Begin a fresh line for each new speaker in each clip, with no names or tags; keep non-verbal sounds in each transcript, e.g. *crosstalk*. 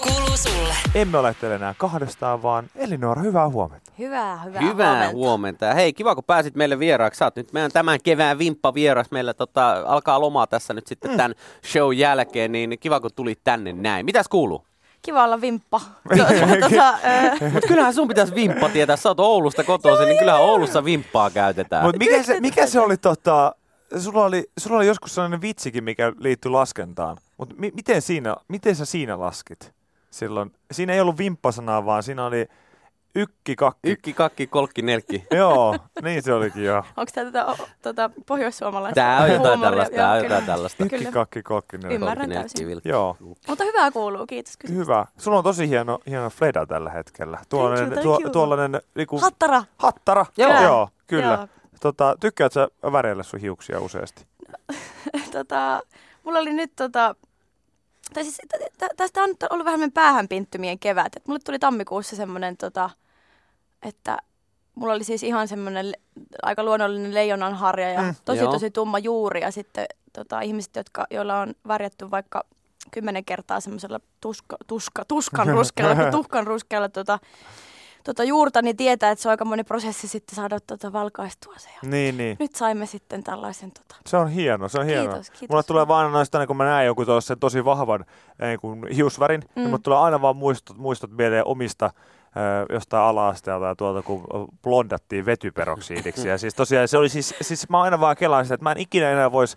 kuuluu sulle.
Emme ole täällä enää kahdestaan, vaan Elinora, hyvää huomenta.
Hyvää, hyvää,
Hyvää
huomenta.
huomenta. huomenta. Hei, kiva kun pääsit meille vieraaksi. Sä oot nyt meidän tämän kevään vimppa vieras. Meillä tota, alkaa lomaa tässä nyt sitten mm. tämän show jälkeen, niin kiva kun tulit tänne näin. Mitäs kuuluu?
Kiva olla
*laughs*
vimppa. Tu- tuota, ö,
Mutta kyllähän sun pitäisi vimppa tietää. Sä oot Oulusta kotoisin, niin kyllähän Oulussa vimppaa käytetään. Mut,
Mutta mikä se, mikä se oli tota, sulla oli, sulla oli joskus sellainen vitsikin, mikä liittyi laskentaan. Mutta mi- miten, siinä, miten sä siinä laskit silloin? Siinä ei ollut vimppasanaa, vaan siinä oli ykki, kakki.
Ykki, kakki, kolkki, nelkki.
Joo, niin se olikin joo.
Onko tämä tätä, o- tota, pohjoissuomalaista
Tää on jotain
huumoria?
tällaista,
Joo,
tää on
kyllä.
jotain tällaista.
Ykki,
Kyllä.
kakki, kolkki, neljä.
Ymmärrän
Kolkki, nelkki,
täysin.
vilkki.
Joo,
Mutta hyvää kuuluu, kiitos kysymys.
hyvä. Sulla on tosi hieno, hieno fleda tällä hetkellä. Tuollainen,
thank you.
tuollainen niinku,
Hattara.
hattara.
Joo.
joo kyllä.
Joo.
Tota, tykkäätkö sä väreillä sun hiuksia useasti?
tota, mulla oli nyt tota, tai siis, t- t- tästä on nyt ollut vähän meidän päähänpinttymien kevät. Et mulle tuli tammikuussa semmoinen, tota, että mulla oli siis ihan semmoinen le- aika luonnollinen leijonanharja ja
Mm.
tosi
Joo.
tosi tumma juuri. Ja sitten tota, ihmiset, jotka, joilla on värjätty vaikka kymmenen kertaa semmoisella tuska, tuska, tuskan ruskealla, tuhkan ruskealla tota, tota juurta, niin tietää, että se on aika moni prosessi sitten saada tota, valkaistua se. Ja
Niin, niin.
nyt saimme sitten tällaisen tota,
Se on hieno, se on hieno.
Kiitos, kiitos.
Mulle tulee vaan noista, niin kun mä näen joku tuollaisen tosi vahvan niin kun hiusvärin, mm. niin mulle tulee aina vaan muistot, muistot mieleen omista ö, jostain ala-asteelta ja tuolta, kun ö, blondattiin vetyperoksiidiksi. ja siis tosiaan se oli siis, siis mä aina vaan kelaan sitä, että mä en ikinä enää voisi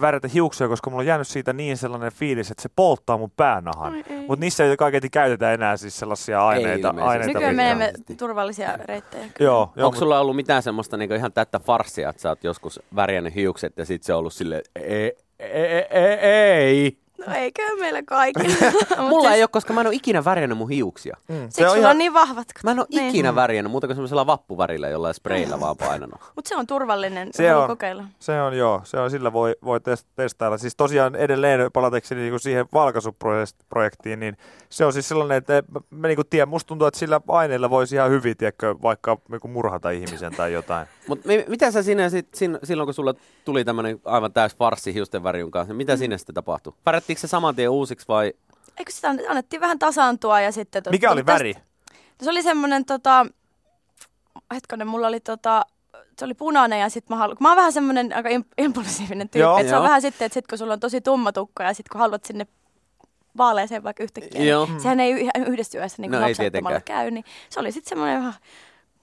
värjätä hiuksia, koska mulla on jäänyt siitä niin sellainen fiilis, että se polttaa mun päänahan.
Oi ei.
Mutta niissä ei kaiketi käytetä enää siis sellaisia aineita.
ilmeisesti.
aineita
Nykyään
mitkä-
menemme
Varmasti.
turvallisia reittejä.
Joo, joo,
Onko sulla ollut mitään semmoista niinku ihan täyttä farsia, että sä oot joskus värjännyt hiukset ja sit se on ollut e- silleen, ei,
E,
ei, ei, ei.
No ei käy meillä kaikilla. Mut
Mulla
siis-
ei ole, koska mä en ole ikinä värjännyt mun hiuksia.
Mm,
Siksi sulla on niin vahvat.
Mä en ole
Niin.
ikinä värjännyt muuta kuin semmoisella vappuvärillä jollain spreillä vaan painanut.
Mut se on turvallinen.
Se
Se
on.
on. Kokeilla.
Se on joo, se on, sillä voi, voi test, testailla. Siis tosiaan edelleen palatekseni niin siihen valkaisuprojektiin, niin se on siis sellainen, että mä, mä niin tiedän, musta tuntuu, että sillä aineella voisi ihan hyvin, tiedätkö, vaikka niin murhata ihmisen tai jotain.
Mutta mitä sä sinä sit, sin, silloin, kun sulla tuli tämmöinen aivan täys farsi hiusten värjyn kanssa,
Mm.
niin mitä sinne sitten tapahtui? Värjättiinkö se saman tien uusiksi vai?
Eikö sitä annet- annettiin vähän tasaantua ja sitten... tota Tot,
Mikä oli
tästä-
väri?
Se oli semmonen tota... Hetkonen, mulla oli tota... Se oli punainen ja sit mä haluan... Mä oon vähän semmonen aika im- impulsiivinen tyyppi.
Joo,
et se on
joo.
vähän sitten, että sit kun sulla on tosi tumma tukka ja sit kun haluat sinne vaaleeseen vaikka yhtäkkiä.
Joo.
Niin sehän ei yh- yhdessä yössä niin
No
kuin
ei
napsauttamalla
tietenkään.
käy. Niin se oli sitten semmoinen vähän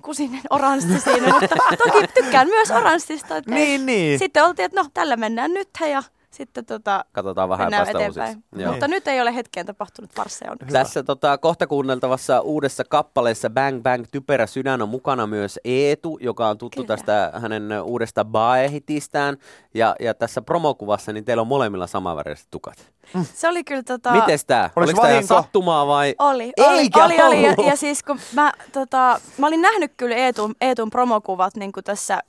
kusinen oranssi siinä, mutta toki tykkään myös oranssista. Että
Niin, niin.
Sitten oltiin, että no tällä mennään nyt ja sitten tota,
Katsotaan vähän
mennään
päästä uusiksi.
eteenpäin.
Joo.
Mutta nyt ei ole hetkeen tapahtunut farseja onneksi.
Tässä tota, kohta kuunneltavassa uudessa kappaleessa Bang Bang Typerä sydän on mukana myös Eetu, joka on tuttu
Kyllä.
tästä hänen uudesta baehitistään. Ja, ja tässä promokuvassa niin teillä on molemmilla samanväriset tukat.
Se oli kyllä tota...
Mites tää?
Olis
Oliko tää ihan
vahinko?
sattumaa vai?
Oli, oli,
Eikä
oli, oli. Ja,
ollut.
ja, siis kun mä, tota, mä olin nähnyt kyllä Eetun, Eetun promokuvat niin kuin tässä,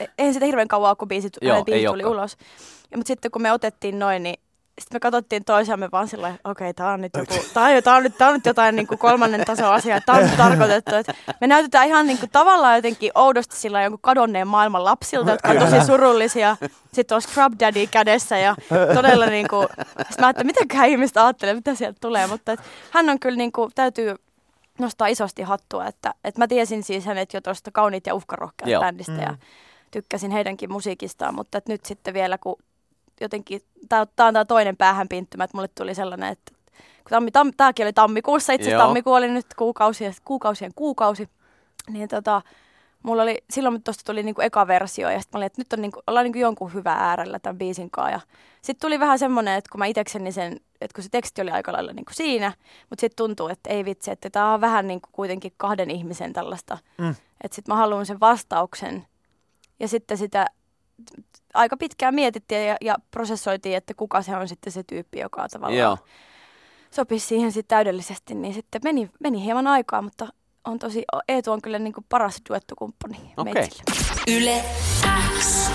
e- eihän sitä hirveän kauan ole, kun biisi,
Joo,
Joo, biisi
ei
tuli
olekaan.
ulos. Ja, mutta sitten kun me otettiin noin, niin sitten me katsottiin toisiamme vaan sillä lailla, okei, okay, tämä on nyt joku, tää on, tää on, nyt, tää on nyt jotain niin kuin kolmannen tason asiaa, tämä on nyt tarkoitettu. Että me näytetään ihan niin kuin, tavallaan jotenkin oudosti sillä jonkun kadonneen maailman lapsilta, jotka on tosi surullisia. Sitten on Scrub Daddy kädessä ja todella niin kuin, sit mä ajattelin, mitäköhän ihmiset ajattelee, mitä sieltä tulee. Mutta et, hän on kyllä niin kuin, täytyy nostaa isosti hattua, että, että mä tiesin siis hänet jo tuosta Kauniit ja uhkarohkeat
Joo.
bändistä ja tykkäsin heidänkin musiikistaan, mutta et nyt sitten vielä kun jotenkin, tämä on tämä toinen päähänpinttymä, että mulle tuli sellainen, että kun tammi, tam, tämäkin oli tammikuussa, itse asiassa
Joo.
tammikuu oli nyt kuukausien, kuukausien kuukausi, niin tota, mulla oli, silloin tuosta tuli niinku eka versio ja sitten mä olin, että nyt on niinku, ollaan niinku jonkun hyvä äärellä tämän biisin kanssa. Ja sitten tuli vähän semmoinen, että kun mä itekseni sen, että kun se teksti oli aika lailla niinku siinä, mutta sitten tuntuu, että ei vitsi, että tämä on vähän niinku kuitenkin kahden ihmisen tällaista.
Mm.
Mm. Että sitten mä haluan sen vastauksen ja sitten sitä aika pitkään mietittiin ja, ja prosessoitiin, että kuka se on sitten se tyyppi, joka tavallaan
Joo.
sopisi siihen sitten täydellisesti, niin sitten meni, meni hieman aikaa, mutta on niinku tosi, Eetu on kyllä niin kuin paras duettokumppani
Okei.
meitsille.
Yle X.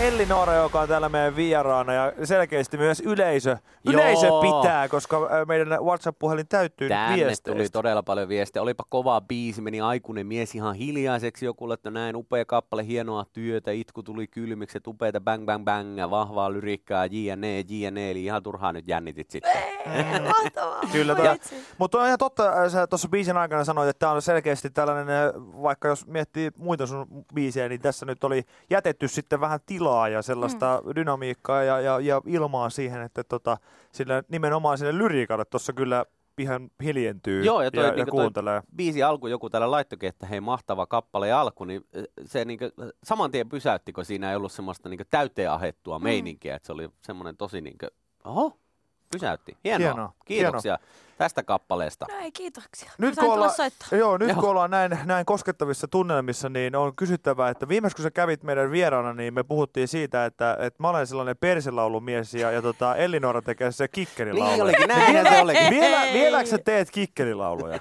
Elli Noora, joka on täällä meidän vieraana ja selkeästi myös yleisö. Yleisö
Joo.
pitää, koska äh, meidän WhatsApp-puhelin täyttyy nyt
Tänne tuli
viesteistä.
todella paljon viestejä. Olipa kova biisi, meni aikuinen mies ihan hiljaiseksi. Joku että näin upea kappale, hienoa työtä, itku tuli kylmiksi, upeita bang bang bang, vahvaa lyriikkaa, jne, jne, eli ihan turhaa nyt jännitit sitten.
Ei, Mahtavaa.
Kyllä,
Voi
tää-
vitsi.
Mutta on ihan totta, äh, sä tuossa biisin aikana sanoit, että tämä on selkeästi tällainen, äh, vaikka jos miettii muita sun biisejä, niin tässä nyt oli jätetty sitten vähän tilaa ja sellaista mm. dynamiikkaa ja, ja, ja ilmaa siihen, että tota, sillä nimenomaan sille lyriikalle tuossa kyllä ihan hiljentyy
Joo, ja toi,
ja, ja
niinku toi-
kuuntelee.
Biisi alku joku täällä laittokin, että hei mahtava kappale alku, niin äh, se niin kuin, saman tien pysäytti, kun siinä ei ollut semmoista niin täyteen ahettua meininkiä, että se oli semmoinen tosi niin kuin, oho, pysäytti. Hienoa.
Hienoa,
Kiitoksia tästä kappaleesta.
No ei, kiitoksia.
Nyt
Sain
kun,
tulla
ollaan, *laughs*
soittaa.
joo, nyt
Joo.
kun ollaan näin, näin koskettavissa tunnelmissa, niin on kysyttävää, että viimeksi kun sä kävit meidän vieraana, niin me puhuttiin siitä, että, että mä olen sellainen persilaulumies ja, ja tota, Elinora tekee se kikkerilauluja.
Niin olikin, näinhän se olikin.
Vielä,
Ei.
vieläkö sä teet kikkerilauluja?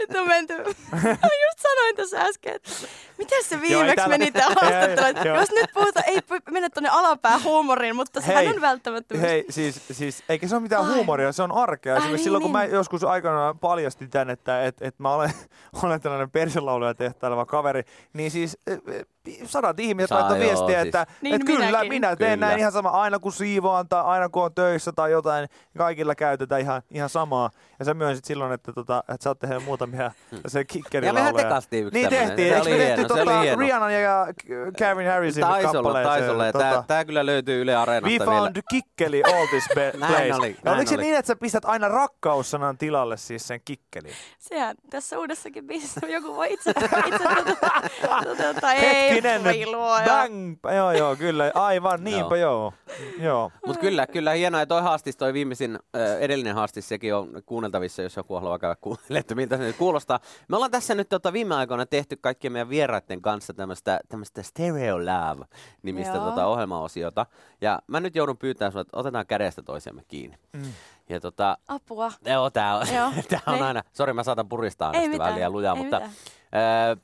Nyt on
*laughs*
menty. Mä just sanoin tässä äsken, että miten se
Joo, ei
viimeksi
täällä-
meni tämä
Ei, ei, *laughs* joo.
haastattelu. Jos nyt puhutaan, ei pu- mennä tuonne alapää huumoriin, mutta sehän
Hei,
on välttämättömyys.
Hei, siis, siis eikä se ole mitään
Ai.
huumoria, se on arkea.
Ai
Esimerkiksi
niin,
silloin, kun mä
niin.
joskus aikanaan paljastin tämän, että et, et mä olen, *laughs* olen tällainen persilauluja tehtävä kaveri, niin siis eh, eh, sadat ihmiset
Saa,
laittoi
joo,
viestiä,
siis.
että
Niin
et kyllä,
minäkin.
minä teen
Kyllä.
näin ihan sama aina kun siivoan tai aina kun on töissä tai jotain. niin Kaikilla käytetään ihan, ihan samaa. Ja sä myönsit silloin, että, tota, että sä oot tehnyt muutamia se
Hmm. Ja
kikkerilauluja.
mehän tekastiin yksi
Niin
tämmönen.
tehtiin.
Se
Eikö
oli
me tehty
hieno, se oli
tota,
hieno.
Rihanna ja Kevin Harrisin
Taisi olla,
kappaleeseen?
taisi olla. Ja
Tota-
tää, tää kyllä löytyy Yle
We
Areenasta vielä.
found kikkeli all this be- place.
*laughs* Näin oli,
ja
näin
oliko se
oli.
niin, että sä pistät aina rakkaussanan tilalle siis sen kikkeli?
Sehän tässä uudessakin biisissä joku voi itse, itse toteuttaa. toteuttaa. Ei,
Hetkinen
voi luoja.
Bang! Joo, joo, kyllä. Aivan, niinpä joo. joo.
Mutta kyllä, kyllä hienoa. Ja toi haastis, toi viimeisin ö, edellinen haastis, sekin on kuunneltavissa, jos joku haluaa käydä kuuntelemaan, että miltä se nyt kuulostaa. Me ollaan tässä nyt tota, viime aikoina tehty kaikkien meidän vieraiden kanssa tämmöistä tämmöistä Stereo Love-nimistä
Joo.
tota, ohjelmaosiota. Ja mä nyt joudun pyytämään sinua, että otetaan kädestä toisiamme kiinni. Mm. Ja tota,
Apua.
Joo, tää on,
Joo,
*laughs* tää on
niin.
aina. Sori, mä saatan puristaa aina
Ei
sitä
mitään,
väliä lujaa,
ei
mutta...
mitään.
Öö,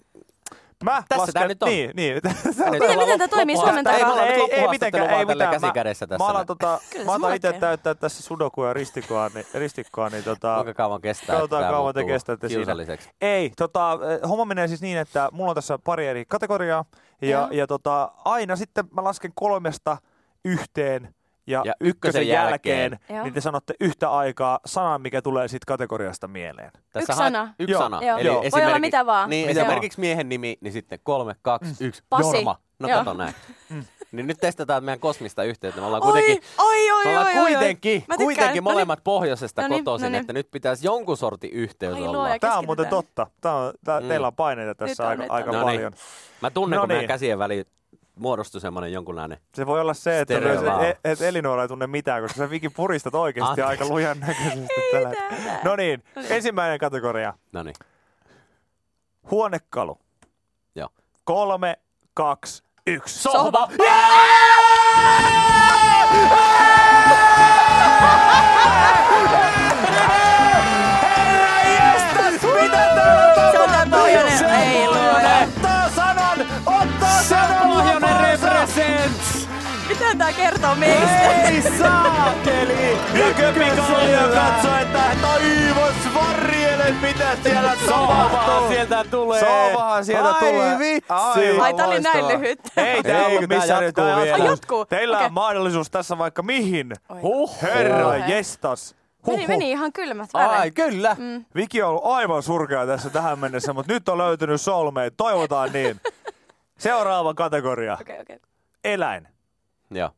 Mä
tää
lasken,
nyt on.
Niin, niin. *laughs*
nyt
Miten-
ollaan
miten tää
loppu-
toimii
loppu-
Suomen
Ei,
tavalla?
me ollaan nyt
ei, ei
loppuhaastattelu
mitenkään, ei
vaan tälleen
mitään.
Käsi kädessä tässä.
mä alan, tota,
Kyllä se
mä otan itse
makea.
täyttää tässä sudokua ja ristikkoa, niin, ristikkoa, niin tota,
Kuinka kauan kestää? että
Katsotaan
tää
kauan te
muuttuu
kestätte siinä.
kiusalliseksi?
Ei, tota, eh, homma menee siis niin, että mulla on tässä pari eri kategoriaa. Ja,
Joo.
ja tota, aina sitten mä lasken kolmesta yhteen ja,
Ja
ykkösen
ykkösen
jälkeen,
jälkeen.
Joo.
niin te sanotte yhtä aikaa sanan, mikä tulee siitä kategoriasta mieleen.
Tässä
Yksi
haet-
sana.
Yksi
Joo.
sana.
Joo.
Eli
Joo.
Voi
esimerkiksi-
olla mitä vaan. Mm.
Niin,
Mitä
esimerkiksi miehen nimi, niin sitten kolme, kaksi, yksi.
Pasi.
Jorma. No
Joo.
kato näin.
Mm.
Niin nyt testataan meidän kosmista yhteyttä. Me ollaan
Oi,
kuitenkin,
oi, oi,
me
oi,
ollaan
oi, oi.
kuitenkin,
Mä tykkään.
kuitenkin
No niin.
molemmat pohjoisesta
No niin,
kotoisin,
no niin.
että nyt pitäisi jonkun sortin yhteys
Ai
olla.
luoja.
Tämä on muuten
keskitytään.
totta. Tää on, tää,
Mm.
Teillä on paineita tässä
Nyt
aika,
on, nyt on.
aika
No niin.
paljon.
Mä tunnen,
No
kun
niin.
meidän käsien väliin muodostui semmoinen jonkunlainen.
Se voi olla se, että
Stereo
myös,
vaan.
et, et Elinora ei tunne mitään, koska sä Viki puristat oikeasti
Anteeksi.
aika lujan näköisesti. tällä hetkellä.
mitään.
No niin, ensimmäinen kategoria.
No niin.
Huonekalu.
Joo.
Kolme, kaksi, yksi.
Sohva.
Mitä täällä
Se on tää pohjoinen.
Se
Ei luoja.
ottaa sanan, ottaa sanan
Pohjoinen
mukaansa.
represents!
Mitä tää kertoo meistä?
Ei saakeli! Ja köpikaali jo katsoo, että taivas varjele, mitä siellä
Sohvahan
tapahtuu.
sieltä tulee!
Sohvahan sieltä
Ai
tulee.
vitsi.
Aivan
Ai tää oli näin
loistavaa.
lyhyt.
Ei tää
Ei,
ollut
kun tää
missään
jatkuu
nyt.
vielä.
Ai,
jatkuu.
Teillä on
Okei.
mahdollisuus tässä vaikka mihin.
Oi.
Huh.
Herra
Kauhea.
jestas.
Meni, meni ihan kylmät
Ai,
väreet.
kyllä.
Mm.
Viki on ollut aivan surkea tässä tähän mennessä, mutta nyt on löytynyt solmeet. Toivotaan niin.
*laughs*
Seuraava kategoria.
Okei, okei.
Eläin.
Joo.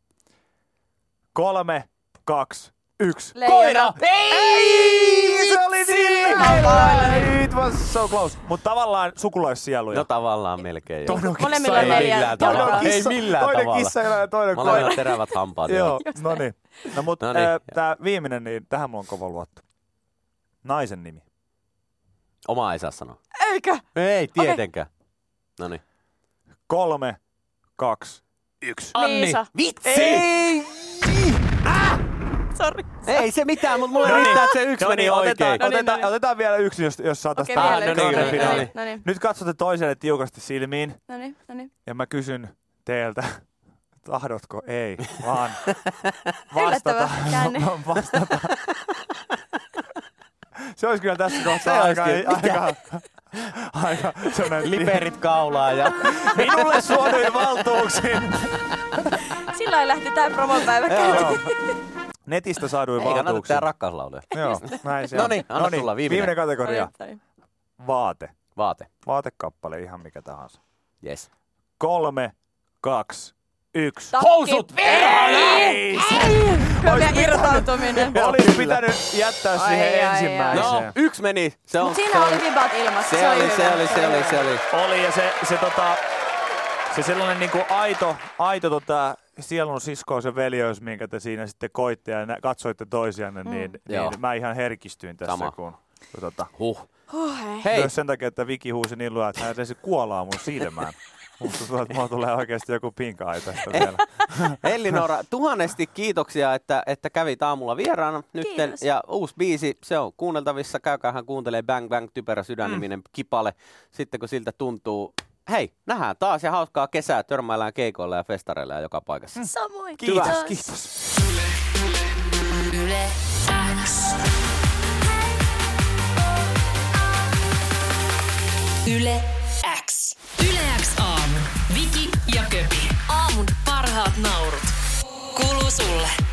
Kolme, kaksi, yksi.
Leijona.
Ei! Se oli niin lähellä!
Aivan.
It was so close. Mutta tavallaan sukulaissielu.
No tavallaan melkein. joo.
Toinen on
Molemmilla
kissaeläin.
neljä.
No, millään
Toinen
Toinen on
tavalla.
kissa,
Ei millään
toinen
tavalla.
kissaeläin ja toinen koira.
Molemmilla terävät hampaat.
Joo, no niin. No mutta
No niin.
tämä viimeinen, niin tähän mulla on kova luotto. Naisen nimi.
Oma ei saa sanoa.
Eikö?
Ei tietenkään. No niin.
Kolme, kaksi, yksi.
Liisa.
Vitsi!
Ei!
Sori.
Ei se mitään, mutta mulle
No niin.
riittää, että se yksi
No
meni
niin, otetaan,
oikein.
No niin,
otetaan,
no niin.
otetaan vielä yksi, jos, jos saa
Okei,
tästä.
Ah,
vielä
no
yksi.
niin,
No
no niin.
niin, no niin.
Nyt katsotte toiselle tiukasti silmiin
No niin, no niin.
ja mä kysyn teiltä *laughs* tahdotko? Ei, vaan vastata.
Yllättävä käänne.
*laughs* vastata. Se olisi kyllä tässä
Se
kohtaa
olisi
aika,
kyllä-
aika, aika semmoinen
Liperit kaulaa ja
minulle suotuin valtuuksin.
Sillä ei lähti tämä promopäivä käyntiin.
Joo. Netistä saaduin
ei kannata
valtuuksin.
tää rakkauslauluja.
Joo, näin se on.
Noniin, anna tulla, viimeinen.
viimeinen kategoria.
Oi, oi.
Vaate.
Vaate.
Vaatekappale, ihan mikä tahansa.
Yes.
Kolme, kaksi, yksi.
Takki.
Housut!
Ei! Kyllä meidän irtautuminen.
Olisi pitänyt jättää
Ai,
siihen
ai, ai.
ensimmäiseen.
No, yksi meni. Se on,
Mut siinä
se
oli
oli,
vibat ilmassa.
se oli,
hyvä,
se oli, se oli,
hyvä.
se oli.
Oli ja se, se, tota, se sellainen niinku aito, aito tota, sielun siskous ja veljöys, minkä te siinä sitten koitte ja nä- katsoitte toisianne, niin,
Joo.
niin mä ihan herkistyin tässä.
Sama.
Kun, kun tota,
Huh.
Huh, hei.
Hei,
Myös sen takia, että Viki huusi niin lujaa, että hän edes kuolaa mun
*laughs*
silmään. Musta tuntuu, että mulla tulee oikeasti joku pinka tästä vielä.
*laughs* Ellinora, tuhannesti kiitoksia, että, että kävit aamulla vieraana nyt.
Kiitos.
Ja uusi biisi, se on kuunneltavissa. Käykäähän kuuntelee Bang Bang Typerä sydän-niminen kipale. Sitten kun siltä tuntuu, hei, nähdään taas ja hauskaa kesää. Törmäillään keikoilla ja festareilla ja joka paikassa.
Samoin.
Kiitos, kiitos.
Yle X. Yle X. Yle X aamu. Viki ja Köpi. Aamun parhaat naurut. Kuuluu sulle.